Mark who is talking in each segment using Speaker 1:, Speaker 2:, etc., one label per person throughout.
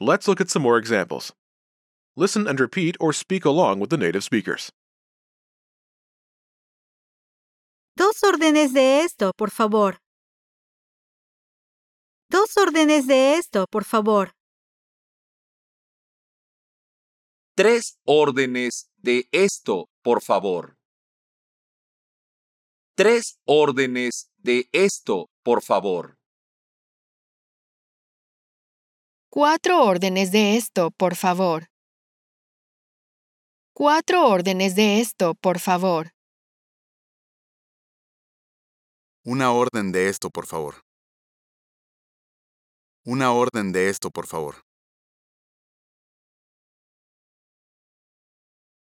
Speaker 1: Let's look at some more examples. Listen and repeat or speak along with the native speakers.
Speaker 2: Dos órdenes de esto, por favor. Dos órdenes de esto, por favor.
Speaker 3: Tres órdenes de esto, por favor. Tres órdenes de esto, por favor.
Speaker 4: Cuatro órdenes de esto, por favor. Cuatro órdenes de esto, por favor.
Speaker 5: Una orden de esto, por favor. Una orden de esto, por favor.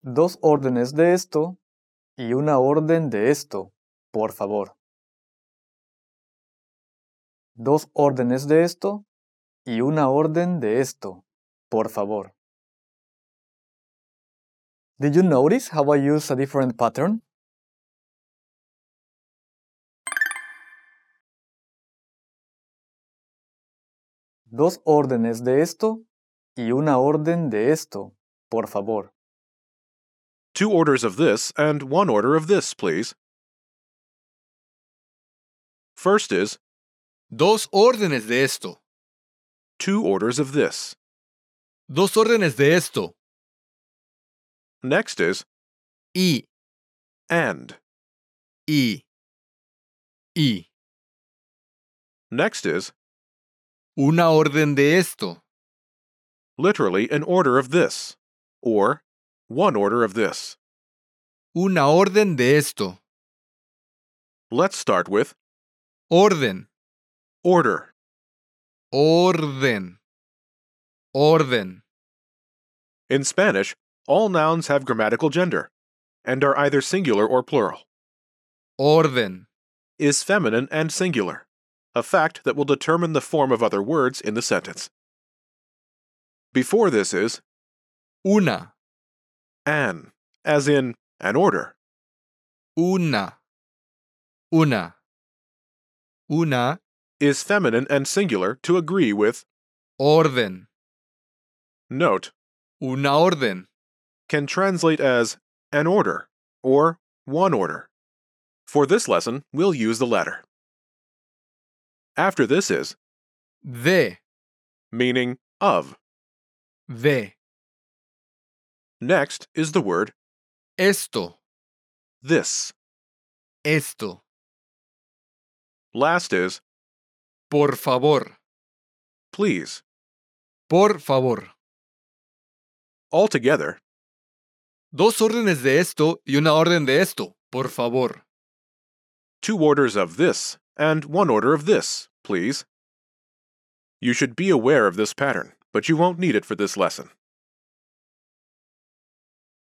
Speaker 6: Dos órdenes de esto y una orden de esto, por favor. Dos órdenes de esto y una orden de esto, por favor. Did you notice how I use a different pattern? Dos órdenes de esto y una orden de esto, por favor.
Speaker 1: Two orders of this and one order of this, please. First is
Speaker 7: Dos órdenes de esto.
Speaker 1: two orders of this.
Speaker 7: Dos órdenes de esto.
Speaker 1: Next is
Speaker 7: Y,
Speaker 1: and.
Speaker 7: y, y.
Speaker 1: Next is
Speaker 7: Una orden de esto.
Speaker 1: literally an order of this, or one order of this.
Speaker 7: Una orden de esto.
Speaker 1: Let's start with
Speaker 7: Orden,
Speaker 1: order.
Speaker 7: orden, orden.
Speaker 1: In Spanish, all nouns have grammatical gender and are either singular or plural.
Speaker 7: Orden.
Speaker 1: Is feminine and singular, a fact that will determine the form of other words in the sentence. Before this is
Speaker 7: Una,
Speaker 1: an, as in an order.
Speaker 7: una, una. Una
Speaker 1: Is feminine and singular to agree with
Speaker 7: orden.
Speaker 1: note
Speaker 7: Una orden.
Speaker 1: can translate as an order or one order. For this lesson, we'll use the latter. After this is
Speaker 7: De,
Speaker 1: meaning of.
Speaker 7: de.
Speaker 1: Next is the word
Speaker 7: Esto,
Speaker 1: this.
Speaker 7: esto.
Speaker 1: Last is
Speaker 7: Por favor,
Speaker 1: please.
Speaker 7: por favor.
Speaker 1: Altogether,
Speaker 7: Dos órdenes de esto y una orden de esto, por favor.
Speaker 1: two orders of this and one order of this, please. You should be aware of this pattern, but you won't need it for this lesson.